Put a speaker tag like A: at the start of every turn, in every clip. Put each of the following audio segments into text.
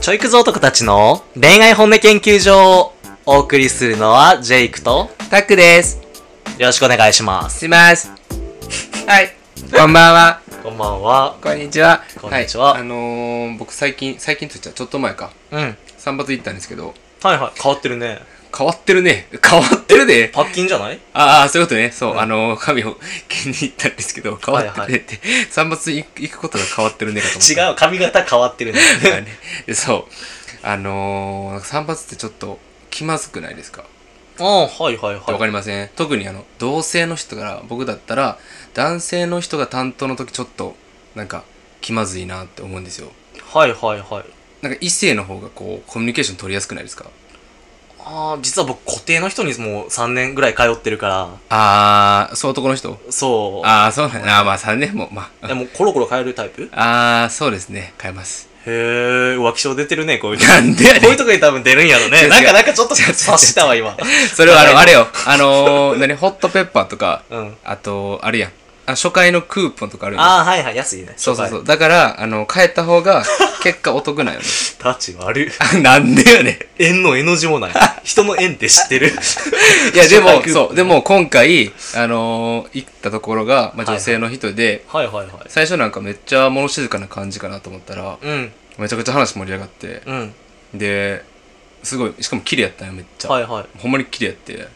A: ちょいクズ男たちの恋愛本音研究所をお送りするのはジェイクと
B: タックです。
A: よろしくお願いします。
B: します。はい。こんばんは。
A: こんばんは。
B: こんにちは。
A: こんにちはい
B: あのー、僕最近、最近と言っちゃちょっと前か。
A: うん。はい
B: 散髪行ったんですけど、
A: はい。変わってるね。
B: 変わってるね。変わってるね。
A: パッキンじゃない
B: ああ、そういうことね。そう、
A: うん
B: あのー、髪を気に入ったんですけど、変わってるねって。散髪行く行くことが変わってるねかと思った。
A: 違う。髪型変わってるね。
B: だ ねでそうあのーなんか散髪ってちょっと気まずくないですか
A: ああ、はいはいはい。
B: わかりません特にあの同性の人から僕だったら男性の人が担当の時ちょっとなんか気まずいなって思うんですよ
A: はいはいはい。
B: なんか異性の方がこうコミュニケーション取りやすくないですか
A: ああ、実は僕固定の人にもう3年ぐらい通ってるか
B: ああそう男の人
A: ら、そう。
B: ああそうなんやあーまあ3年もまあ
A: でもコロコロ変えるタイプへ
B: ああそうですね変え ます
A: え、浮気症出てる ね、こういうとこ。
B: なんでやねん
A: こういうとこに多分出るんやろ
B: 違う違
A: ね。
B: う
A: なんかなんかちょっと察したわ、今。
B: それはあのあれよあのー、何ホットペッパーとか
A: うん。
B: あとあれやんあ初回のクーポンとかあるやん
A: ああ、はいはい、安いね。。
B: そうそうそうう。だから、あの、帰った方が、結果お得なんよね。
A: タッチ悪い。
B: あなんでよね。
A: 縁の絵の字も ない。人の縁って知ってる
B: いや、で
A: 初回
B: も、
A: クーポン
B: そう。でも、今回、あのー行ったところが、まあ、
A: はい
B: 女性の人で、
A: はいはいはい。
B: 最初なんかめっちゃ物静かな感じかなと思ったら、
A: うん。
B: めちゃくちゃ話盛り上がって、
A: うん。
B: で、すごい、しかも綺麗やったんよ、めっちゃ。
A: はいはい。
B: ほんまに綺麗やって。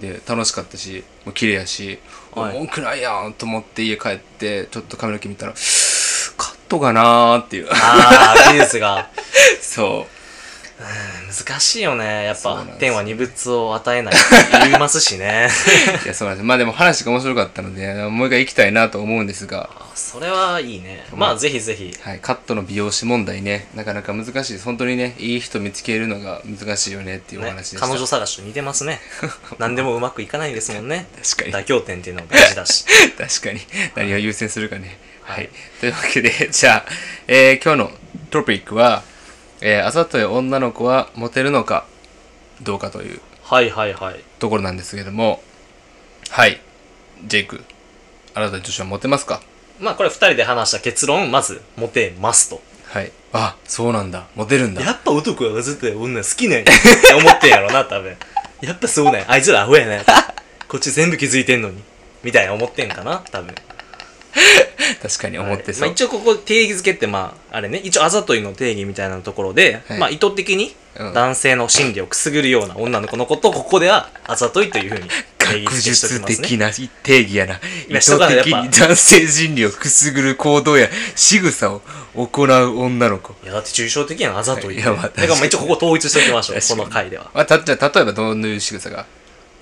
B: で、楽しかったし、もう綺麗やし、
A: はい
B: 文句ないやんと思って家帰って、ちょっと髪の毛見たら、カットかなーっ ていう。
A: ああ、技術 が。
B: そう。
A: 難しいよね。やっ
B: そうな
A: ぱ
B: んです、よ
A: 天は二物を与 えないって言いますしね。
B: いや、そうなんです。まあでも話が面白かったので、もう一回行きたいなと思うんですが、
A: あそれはいいね。まあ、ぜひぜひ。
B: はい、カットの美容師問題ね、なかなか難しいです。本当にね、いい人見つけるのが難しいよねっていうお
A: ね
B: 話でした。
A: 彼女探しと似てます ね。何でもうまくいかないですもんね。
B: 確か
A: 妥協点っていうのが大事だ し。
B: に、確かに。何を優先するかね。はい。というわけで、 じゃあ、えー、今日のトピックは、えー、あざとい女の子はモテるのか、どうかという
A: はいはいはい。
B: ところなんですけれども、はい、ジェイク、あなたの女子はモテますか
A: まあ、これ二人で話した結論、まず、モテますと。
B: はい。あ、そうなんだ。モテるんだ。
A: やっぱ男は絶対女好きなんやって思ってんやろな、多分。やっぱそうなんや。あいつらアホやね。こっち全部気づいてんのに。みたいな思ってんかな、多分。
B: 確かに思って
A: ま
B: そ
A: あ、
B: う。
A: 一応ここ定義づけって、まあ、あれね、一応あざといの定義みたいなところで、
B: はい
A: まあ、意図的に
B: うん
A: 男性の心理をくすぐるような女の子のことを、ここではあざといというふうに定義
B: 学
A: 付けしてお
B: 術
A: きますね。
B: 的な定義やな。意
A: 今
B: 図
A: 人がやっ
B: 的
A: ぱ
B: に男性人理をくすぐる行動や仕草を行う女の子。
A: いや、だって抽象的やん、あざといって。
B: いやまあ
A: だからまあ一応ここ統一しておきましょう、
B: 確か
A: こ
B: に
A: の回では。
B: まあ、たじゃあ例えばどういう仕草が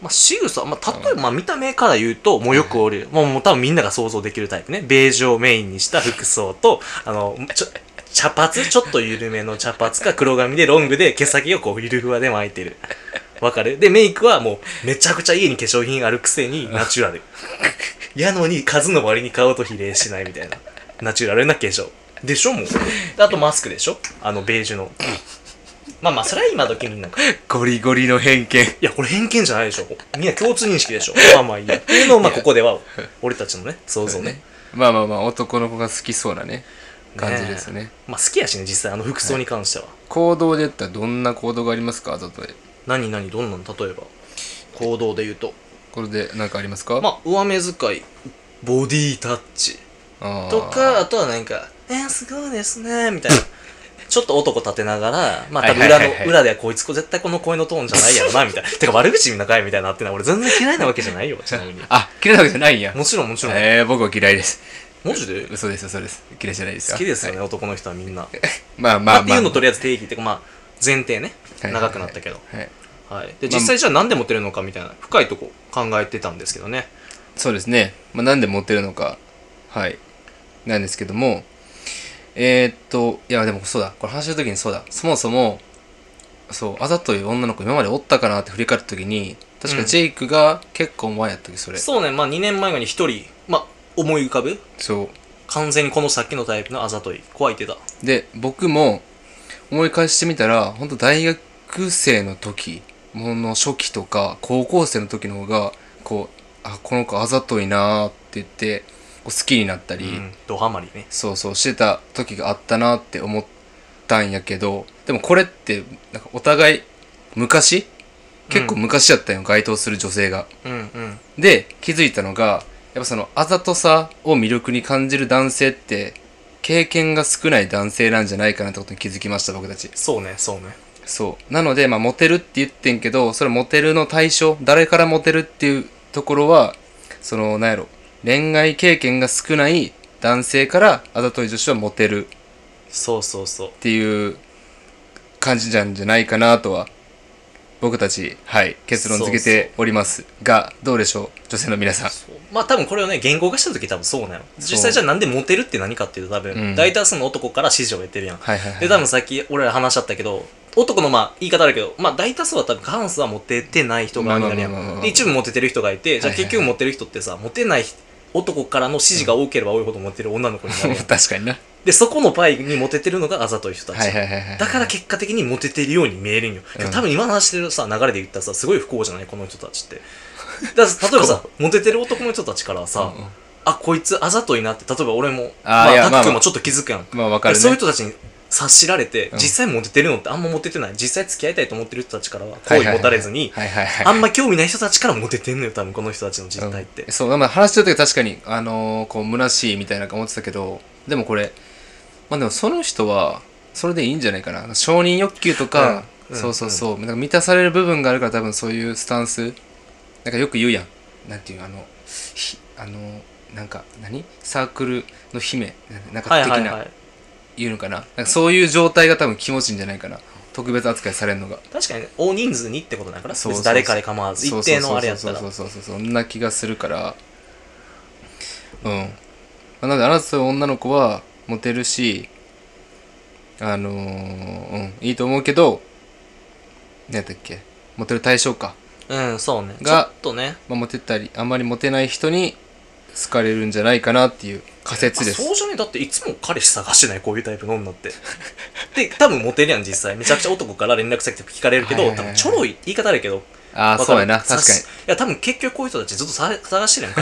A: まあ、仕草、まあ、例えば、まあ、見た目から言うと、もうよくおる、もう、もう多分みんなが想像できるタイプね。ベージュをメインにした服装と、あの、ちょ、茶髪ちょっと緩めの茶髪か黒髪でロングで毛先をこうゆるふわで巻いてる。わかるで、メイクはもうめちゃくちゃ家に化粧品あるくせにナチュラル。やのに数の割に顔と比例しないみたいな。ナチュラルな化粧。でしょもう。であとマスクでしょあのベージュの。まあまあ、それは今時になんか。
B: ゴリゴリの偏見。
A: いや、これ偏見じゃないでしょ。みんな共通認識でしょ。まあまあいいや。っていうのを、まあここでは、俺たちの ね、想像ね。
B: まあまあまあ男の子が好きそうなね、感じですね。
A: まあ好きやしね、実際、あの服装に関しては。
B: 行動で言ったらどんな行動がありますかあざとい。
A: 何何どんなの例えば。行動で言うと。
B: これで何かありますか、
A: まあ、上目遣い、ボディタッチ
B: あー
A: とか、あとはなんか、えー、すごいですね、みたい な。ちょっと男立てながら、まあ多分裏
B: は
A: の
B: いはいはいは、い
A: 裏ではこいつこ絶対この声のトーンじゃないやろな、みたいな。 てか悪口みんなかいみたいになってない。俺全然嫌いなわけじゃないよ、ちなみに。
B: あ、嫌いなわけじゃないんや。
A: もちろんもちろん。
B: えー、僕は嫌いです。
A: マジで
B: 嘘です、嘘です。嫌いじゃないです
A: 好
B: よ。
A: きですよ
B: はい
A: ね、男の人はみんな。
B: まあまあ
A: ま
B: ま
A: あ、
B: あ。
A: っていうのとりあえず定義っていうかまあ前提ね
B: はい
A: 長くなったけど、
B: はい。
A: はいで実際じゃあ何でモテるのかみたいな深いとこ考えてたんですけどね
B: そうですね。まあ、なんで持ってるのか、はい。なんですけども、えー、っと、いや、でもそうだ。これ話してるときにそうだ。そもそも、そう、あざとい女の子今までおったかなって振り返るときに、確
A: う
B: か
A: ん
B: ジェイクが結構前やったっけ、それ。
A: そうねまあ2年前後に1人まあ思い浮かぶ
B: そ
A: 完全にこのさっきのタイプのあざとい怖いてた
B: う。で、僕も思い返してみたら、本当大学生の時もの初期とか、高校生の時の方が、こう、あ、この子あざといなーって言って、こう好きになったり、
A: うんドハマりね
B: そうそうしてた時があったなって思っったんやけど、でもこれって、なんかお互い、昔結構昔やったんよ、該当する女性が。
A: うんうん
B: で、気づいたのが、やっぱその、あざとさを魅力に感じる男性って、経験が少ない男性なんじゃないかなってことに気づきました、僕たち。
A: そうねそうね
B: そう。なので、まあ、モテるって言ってんけど、それモテるの対象、誰からモテるっていうところは、その、なんやろ、恋愛経験が少ない男性から、あざとい女子はモテるっ
A: そうそうそう
B: ていう感じなんじゃないかなとは、僕たち、はい、結論付けておりますが、どうでしょう、女性の皆さん。
A: まあ多分これをね言語化した時多分そうなの実
B: そう
A: 際じゃあなんでモテるって何かっていうと多
B: うん
A: 分大多数の男から指示を得てるやん、
B: はいはい、はい。
A: で多分さっき俺ら話しちゃったけど男のまあ言い方あるけど、まあ、大多数は多分過半数はモテてない人がみたいなや
B: まあまあまあまあ
A: んで一部モテてる人がいてじゃあ
B: はいはいはい
A: 結局モテる人ってさモテない男からの指示が多ければ多いほどモテる女の子になるやん
B: 確かにな。
A: でそこのパイにモテてるのがあざとい人たち、
B: はいはいはいはい。
A: だから結果的にモテてるように見えるんよ。
B: うん
A: 多分今の話してるさ、流れで言ったらさ、すごい不幸じゃないこの人たち って。だから例えばさ、モテてる男の人たちからはさ、
B: うんうん
A: あ、こいつあざといなって、例えば俺も、
B: あー
A: ま
B: い
A: あ、
B: や
A: タ
B: まあ
A: ック
B: ま
A: も
B: あ
A: ちょっと気づくやん。
B: まあわかるね。
A: そういう人たちに察しられて、
B: うん
A: 実際モテてるのってあんまモテてない。実際付き合いたいと思ってる人たちからは、好意持たれずに、
B: はいはいはいはいはい
A: あんま興味ない人たちからモテてんのよ、多分この人たちの実態って。
B: うんそう、まあ、話してる時は確かに、あのーこう、虚しいみたいなの思ってたけど、でもこれ、まあでもその人は、それでいいんじゃないかな。承認欲求とか、
A: うん
B: そうそうそう、なんか満たされる部分があるから多分そういうスタンス、なんかよく言うやん。なんていう、あの、ひあのなんか何、サークルの姫、なんか
A: はい
B: 的
A: はい
B: な、
A: はい。
B: 言うのかな。なんかそういう状態が多分気持ちいいんじゃないかな。特別扱いされるのが。
A: 確かに、大人数にってことだから、別
B: そうそうそう
A: に誰かで構わず、一定のあれやったら
B: そう。そうそうそうそうそんな気がするからうんまあなのであなたという女の子はモテるしあのーうんいいと思うけど何やったっけモテる対象か、
A: うん、そうね。ちょ
B: が
A: っとね、
B: まあ、モテたりあんまりモテない人に好かれるんじゃないかなっていう仮説で
A: あそ
B: す
A: うじゃねだっていつも彼氏探してないこういうタイプの女ってで多分モテるやん実際めちゃくちゃ男から連絡先とか聞かれるけど、
B: はいはいは
A: 多
B: い
A: 分ちょろい言い方あるけど
B: ああ
A: わか
B: そ
A: る
B: うやな確か
A: さ
B: に
A: しいや多分結局こういう人たちずっとさ探してるや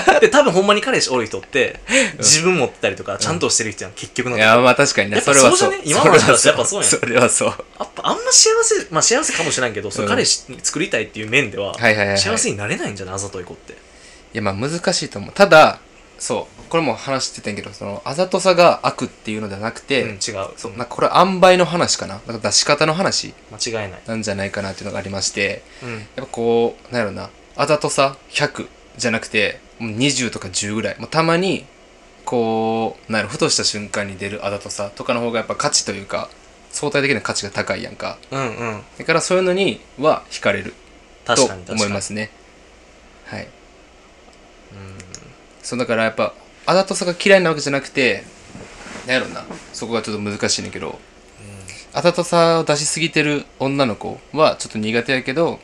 A: んかで多分ほんまに彼氏おる人って自分持ってたりとかちゃんとしてる人やん、結局の
B: い
A: ところ
B: やまあ確かにね
A: やっぱ
B: それは
A: そ
B: そうう
A: じゃね今の話だったらやっぱそう
B: それはそう
A: やっぱあんま幸せまあ幸せかもしれんけど、その彼氏に作りたいっていう面では、
B: はいはいはいはい
A: 幸せになれないんじゃないあざとい子って
B: いやまあ難しいと思うただそうこれも話してたんやけどそのあざとさが悪っていうのではなくて、
A: うん違う
B: そうなんかこれ塩梅の話かななんか出し方の話
A: 間違いない、
B: なんじゃないかなっていうのがありまして
A: うん、
B: やっぱこうなんやろなあざとさ100じゃなくてもう20とか10ぐらいもうたまにこうなんやろふとした瞬間に出るあざとさとかの方がやっぱ価値というか相対的な価値が高いやんか
A: うんうん
B: だからそういうのには惹かれると
A: 確かに確かに
B: 思いますねはい
A: うん
B: そうだからやっぱあざとさが嫌いなわけじゃなくてなんやろなそこがちょっと難しいんだけどあざとさを出しすぎてる女の子はちょっと苦手やけど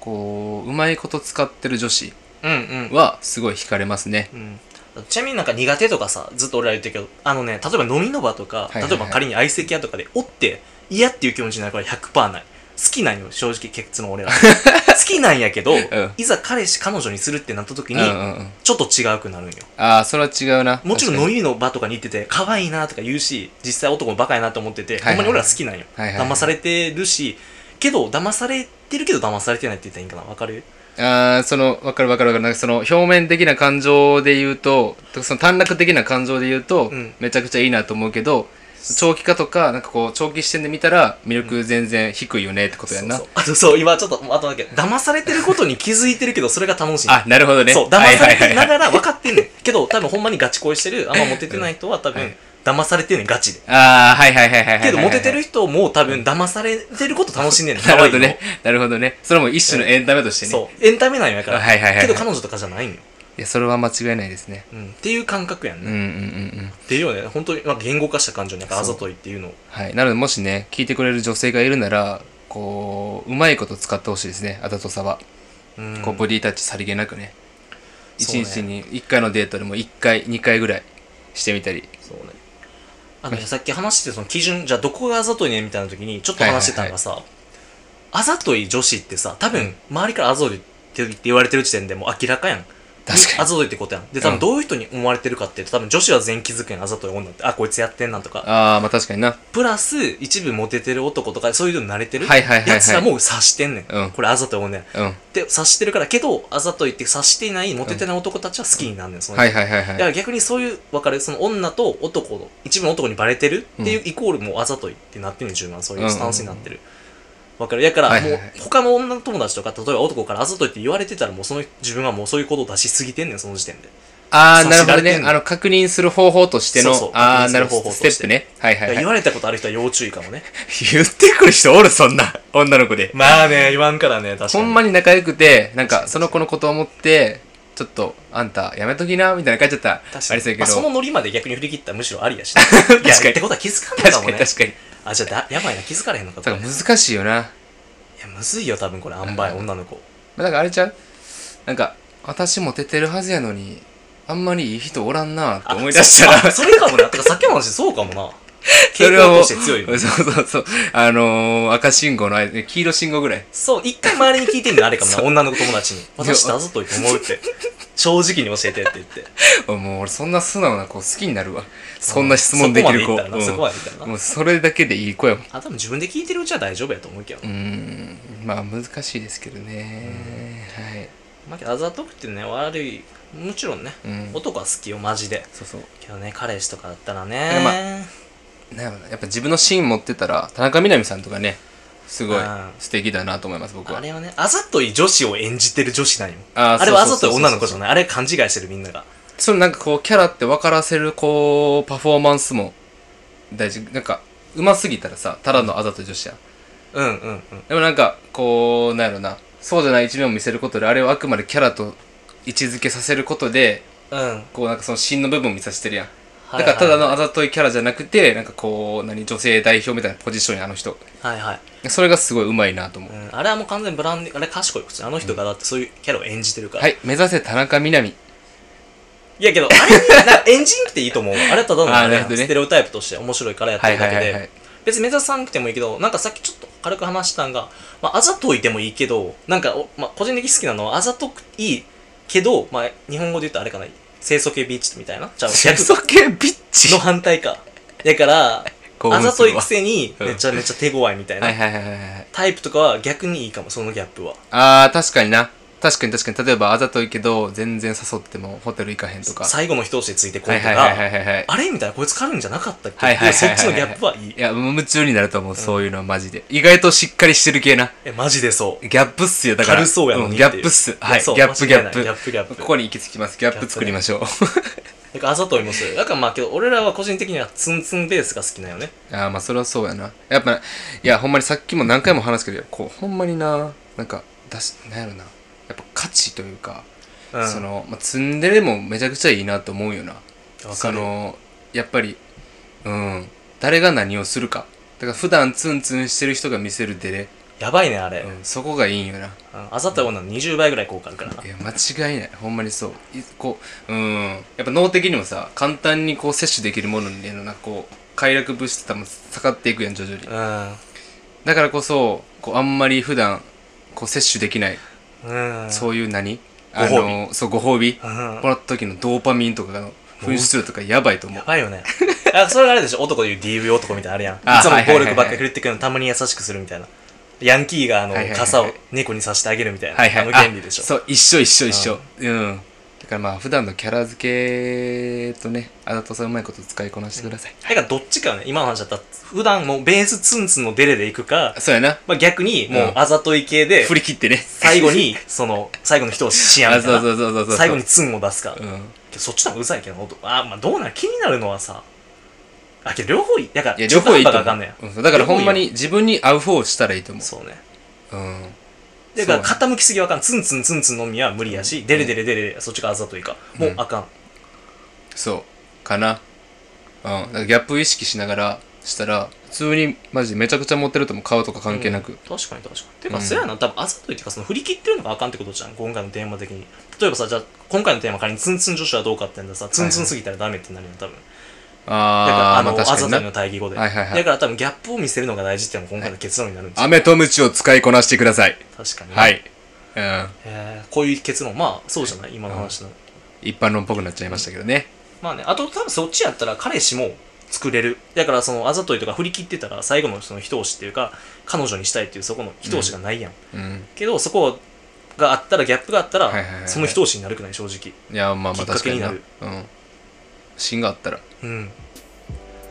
B: こううまいこと使ってる女子
A: うんうんうん
B: はすごい惹かれますね
A: うんちなみになんか苦手とかさずっと俺ら言ってるけどあのね例えば飲みの場とか、
B: いはいはい
A: 例えば仮に相席屋とかでおって嫌っていう気持ちになるから100%ない好きなんよ正直結論俺 ら好きなんやけど、いざ彼氏彼女にするってなった時
B: う
A: に、
B: んうんうん
A: ちょっと違うくなるんよ
B: ああそれは違うな
A: もちろん飲
B: 確
A: みの場とかに行ってて可愛いなとか言うし実際男もバカやなと思ってて、
B: はいは
A: ほ
B: い
A: んまに俺ら好きなんよ、
B: はいはいはい
A: 騙されてるしけど騙されてるけど騙されてないって言ったらいいんかなわかる
B: かにああそのわかるわかるわかるなんかその表面的な感情で言うとその短絡的な感情で言うと、
A: うん
B: めちゃくちゃいいなと思うけど長期化とかなんかこう長期視点で見たら魅力全然低いよねってことやんな、
A: そうそうあとそう今ちょっとあとだけ騙されてることに気づいてるけどそれが楽しい
B: あなるほどね
A: そう、騙されてな
B: ら
A: がら分かってんねん。けど、多分ほんまにガチ恋してる、あんまモテてない人は多
B: は
A: 分
B: い、
A: 騙されてんねん、ガチで。
B: ああはいはいはいはいはいはい
A: けど、モテてる人も多分、騙されてること楽しんでんねん。
B: なるほど
A: 可愛い
B: ね。なるほどね。それも一種のエンタメとして
A: の
B: ね。
A: そう、エンタメなんやから。
B: はいはいはいはい
A: けど、彼女とかじゃないんよ。
B: いや、それは間違いないですね。
A: うん。っていう感覚やん
B: うん
A: ね。っ
B: うんうんうん。
A: ていうよね、本当に、まあ、言語化した感情に、なんか、あざといっていうのを。
B: はい。なので、もしね、聞いてくれる女性がいるなら、こう、うまいこと使ってほしいですね。あざとさは。
A: うん
B: こう、ボディタッチさりげなくね。
A: そうね
B: 一日に一回のデートでも一回、二回ぐらいしてみたり。
A: そうね。あの、さっき話して、その基準、じゃあどこがあざといねみたいな時に、ちょっと話してたのがさ、あざとい女子ってさ、多分、周りからあざといって言われてる時点でもう明らかやん。
B: 確か
A: あ
B: に。
A: ざといってことやん。で、多分どういう人に思われてるかっていうと、多分女子は全員気づくやん、あざとい女って。あ、こいつやってんなとか。
B: ああ、まあ確かにな。
A: プラス、一部モテてる男とか、そういうの慣れてる
B: はいはいはいはい
A: やつらもう察してんねん。
B: うん
A: これあざとい女やん。
B: うん。はい
A: で、察してるから、けど、あざといって察していない、モテてない男たちは好きになんねん、その人
B: はいはいは
A: だか
B: い。
A: ら逆にそういう、わかるその女と男の、一部の男にバレてるっていうイコールもうあざといってなってる自分はそういうスタンスになってる。わかるだから
B: はいは
A: も
B: いうはい
A: 他の女の友達とか、例えば男からあざといって言われてたらもうその自分はもうそういうことを出しすぎてんねん、その時点で。
B: ああ、なる
A: 察
B: ほど
A: しられて
B: ね
A: ん。の
B: あの、確認する方法としての
A: そうそう、確認
B: ああ、な
A: す
B: る
A: る
B: ほ
A: 方
B: ど。
A: 法
B: ステ
A: と
B: ッ
A: し
B: プ
A: て
B: ね。はい
A: だか
B: は
A: ら
B: い
A: 言
B: はい。
A: われたことある人は要注意かもね。
B: 言ってくる人おる、そ んな。女の子で。
A: まあね、言わんからね、確か
B: ほ
A: に。
B: んまに仲良くて、なんか、その子のことを思って、ちょっと、あんた、やめときな、みたいな感じだったら、
A: 確
B: あ
A: か
B: り
A: に
B: そうや
A: まあ、
B: けど
A: そ。のノリまで逆に振り切ったらむしろあり やし、ね、確
B: かに
A: ってことは気づかんのか
B: 確か
A: も
B: に
A: ね。
B: 確かに。
A: あ、じゃあだやばいな、気づかれへんのか。こ
B: だ
A: れ
B: か
A: い
B: ら難しいよな。
A: や、むずいよ、多分これ、あんばい、女の子。
B: まあだからあれちゃうなんか、私モテてるはずやのに、あんまりいい人おらんなって思い出したら、
A: あそあそれかもな。てか、さっきの話、そうかもな。
B: そ
A: 傾
B: れは
A: 向
B: もう
A: として強いよね。
B: そうそうそう。あのー、赤信号の合図、黄色信号ぐらい。
A: そう、一回周りに聞いてんのあれかもな、女の子友達に。私だぞと思うって。正直に教えてって言って。
B: もう俺そんな素直な子好きになるわ。そんな質問できる子。
A: そこまでいったらな、そこまでいった
B: う
A: ら
B: ん、
A: な。
B: もうそれだけでいい子やもん。
A: あ、多分自分で聞いてるうちは大丈夫やと思うけど
B: う。ん、まあ難しいですけどね。はい。
A: まあけど、あざとくってね、悪い。もちろんね、
B: うん
A: 男は好きよ、マジで。
B: そうそう。
A: けどね、彼氏とかだったら
B: いや
A: ね。
B: まなんやろなやっぱ自分の芯持ってたら、田中みな実さんとかね、すごい
A: うん
B: 素敵だなと思います、僕は。
A: あれはね、あざとい女子を演じてる女子なんよ。
B: あー
A: あれはあ
B: そ
A: ざ
B: うそ
A: とい
B: うそうそう
A: 女の子じゃない。あれ勘違いしてるみんなが。
B: そのなんかこうキャラって分からせるこうパフォーマンスも大事なんかうますぎたらさただのあざとい女子やん
A: うんうんうん。
B: でもなんかこうなんやろなそうじゃない一面を見せることであれをあくまでキャラと位置づけさせることで
A: うん。
B: こうなんかその芯の部分を見させてるやん
A: は
B: だ
A: い
B: からただ
A: は
B: のあざといキャラじゃなくてなんかこう何女性代表みたいなポジションやあの人
A: いはいはい、
B: それがすごいうまいなと思う
A: うん、あれはもう完全にブランディングあれ賢いことですあの人がだってそういうキャラを演じてるから、
B: はい目指せ田中みな実
A: いやけどあれなんか演じんくていいと思うあれただの
B: あー
A: ね
B: なるほどね
A: ステレオタイプとして面白いからやって
B: はい
A: るだ
B: は
A: け
B: い
A: で、
B: はいはい
A: 別に目指さなくてもいいけどなんかさっきちょっと軽く話したんが、まあ、あざといでもいいけどなんかお、まあ、個人的に好きなのはあざとくいいけど、まあ、日本語で言うとあれかな清楚系ビーチみたいなじゃあ
B: 清
A: 逆
B: 楚系ビッチ
A: の反対かだから
B: 興
A: あ
B: 奮
A: ざ
B: す
A: とい
B: るわ
A: くせにめちゃめちゃ手強いみたいな、
B: はいはいはいはいはい
A: タイプとかは逆にいいかもそのギャップは
B: あー、確かにな。確かに確かに。例えば、あざといけど、全然誘ってもホテル行かへんとか。
A: 最後の一押しついてこう
B: はい
A: と
B: はい
A: か、
B: はいはいはいはい。
A: あれみたいな、こいつ軽いんじゃなかったっけ、
B: はいはいはいはいはい
A: そっちのギャップはいい
B: い。や、もう夢中になると思う、そういうのはマジで。意外としっかりしてる系な。
A: え、マジでそう。
B: ギャップっすよ、だから。
A: 軽そうやのに
B: ん
A: って
B: ギ
A: いう
B: ャップっす。
A: い
B: はい。
A: や
B: ギ
A: そう
B: ャップギャッ
A: 間違い
B: プ。
A: ないギャップギャップ
B: ここに行き着きます。ギャップ作りましょう。
A: なんかあざといもする。だからまあけど、俺らは個人的にはツンツンベースが好きなんよね。
B: あー、まあ、それはそうやな。やっぱ、いや、ほんまにさっきも何回も話すけど、こう、ほんまにな、なんか、出し、なんやろな。やっぱ価値というか、
A: うん。
B: そ、の、まあ、ツンデレもめちゃくちゃいいなと思うよな。
A: わか
B: そ
A: る。
B: のやっぱりうん誰が何をするかだから普段ツンツンしてる人が見せるデレ、
A: やばいね、あれ。う
B: うんん、そこがいいんよな
A: あざとい女の20倍ぐらい効果あるからな。
B: いや間違いないほんまにそういこううんやっぱ脳的にもさ簡単にこう摂取できるものにねなんかこう快楽物質って多分下がっていくやん徐々にだからこそこうあんまり普段こう摂取できない、
A: うん。うん。う。
B: そういう何
A: ご褒
B: あ
A: 美
B: のそうご褒美
A: ん
B: も。らった時のドーパミンとかの噴出量とかやばいと思う
A: やばいよね。 あ、それがあれでしょ男でいう DV 男みたいなのあるやん。い
B: あ
A: つも
B: はいはいはい
A: 暴力ばっかり振ってくるのたまに優しくするみたいな。ヤンキーがあの
B: はいはいはい、
A: 傘を猫にさしてあげるみたいな。
B: はいはい
A: あの原理でしょ
B: あ。そう一緒一緒一緒うんだからまあ普段のキャラ付けとねあざとさうまいこと使いこなしてください、
A: だからどっちかよね、今の話だったら、普段もうベースツンツンのデレでいくか、
B: そうやな
A: まあ、逆にも
B: うん
A: うあざとい系で、
B: 振り切ってね
A: 最後に、その、最後の人をシや
B: あ
A: みたい
B: そ
A: な。
B: うそうそうそうそう
A: 最後にツンを出すか。
B: うん
A: そっちの方がうざいけどな、男あ、まあどうなる気になるのはさ、あ、けど両方いい。だから、
B: いや両方いいと
A: 中途半端があ
B: 思
A: かんね
B: う、うん、だからほんまに自分に合う方をしたらいいと思
A: ん。そうね。
B: ううん
A: だから
B: そう
A: 傾きすぎはあかん。ツンツンツンツンのみは無理やし、デレデレデレデレ、そっちがあざといか。もうあかん。
B: そうかなうんだからギャップ意識しながらしたら普通にマジめちゃくちゃモテるとも顔とか関係なく、
A: うん確かに確かにてか、
B: うん
A: そやな多分あざといっていうかその振り切ってるのがあかんってことじゃん今回のテーマ的に例えばさじゃあ今回のテーマ仮にツンツン女子はどうかってんださツンツンすぎたらダメってなるよ多分だから
B: あ
A: あ
B: あま
A: の、
B: あ
A: あ、
B: 確
A: ざとい
B: かにな
A: の対義語で、
B: はいはいはい
A: だから多分ギャップを見せるのが大事っていうのが今回の結論になるんですよ、
B: 飴とムチを使いこなしてください
A: 確かに、
B: はいうん。
A: えーこういう結論まあそうじゃない今の話の、
B: 一般論っぽくなっちゃいましたけどね。
A: まあねあと多分そっちやったら彼氏も作れるだからそのあざといとか振り切ってたら最後のその一押しっていうか彼女にしたいっていうそこの一押しがないやん、
B: うん。
A: けどそこがあったらギャップがあったら、
B: はいはいはいはい
A: その一押しになるくない正直
B: いや、まあまあ
A: きっか
B: 確か
A: け
B: に
A: に
B: な。
A: な
B: うん
A: る。
B: 芯があったら。
A: うん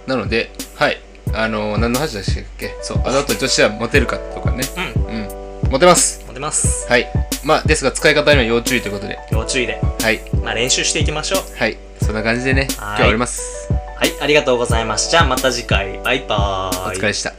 B: なので、はい。あのー、何の話でしたっけそう、あざといとしてはモテるかとかね。
A: うん
B: うん。モテます。
A: モテます
B: はい。まあ、ですが使い方には要注意ということで。
A: 要注意で
B: はい。
A: まあ練習していきましょう
B: はい。そんな感じでね、今日
A: はい
B: は終わります。
A: はいありがとうございましたまた次回バイバーイ
B: お疲れでした。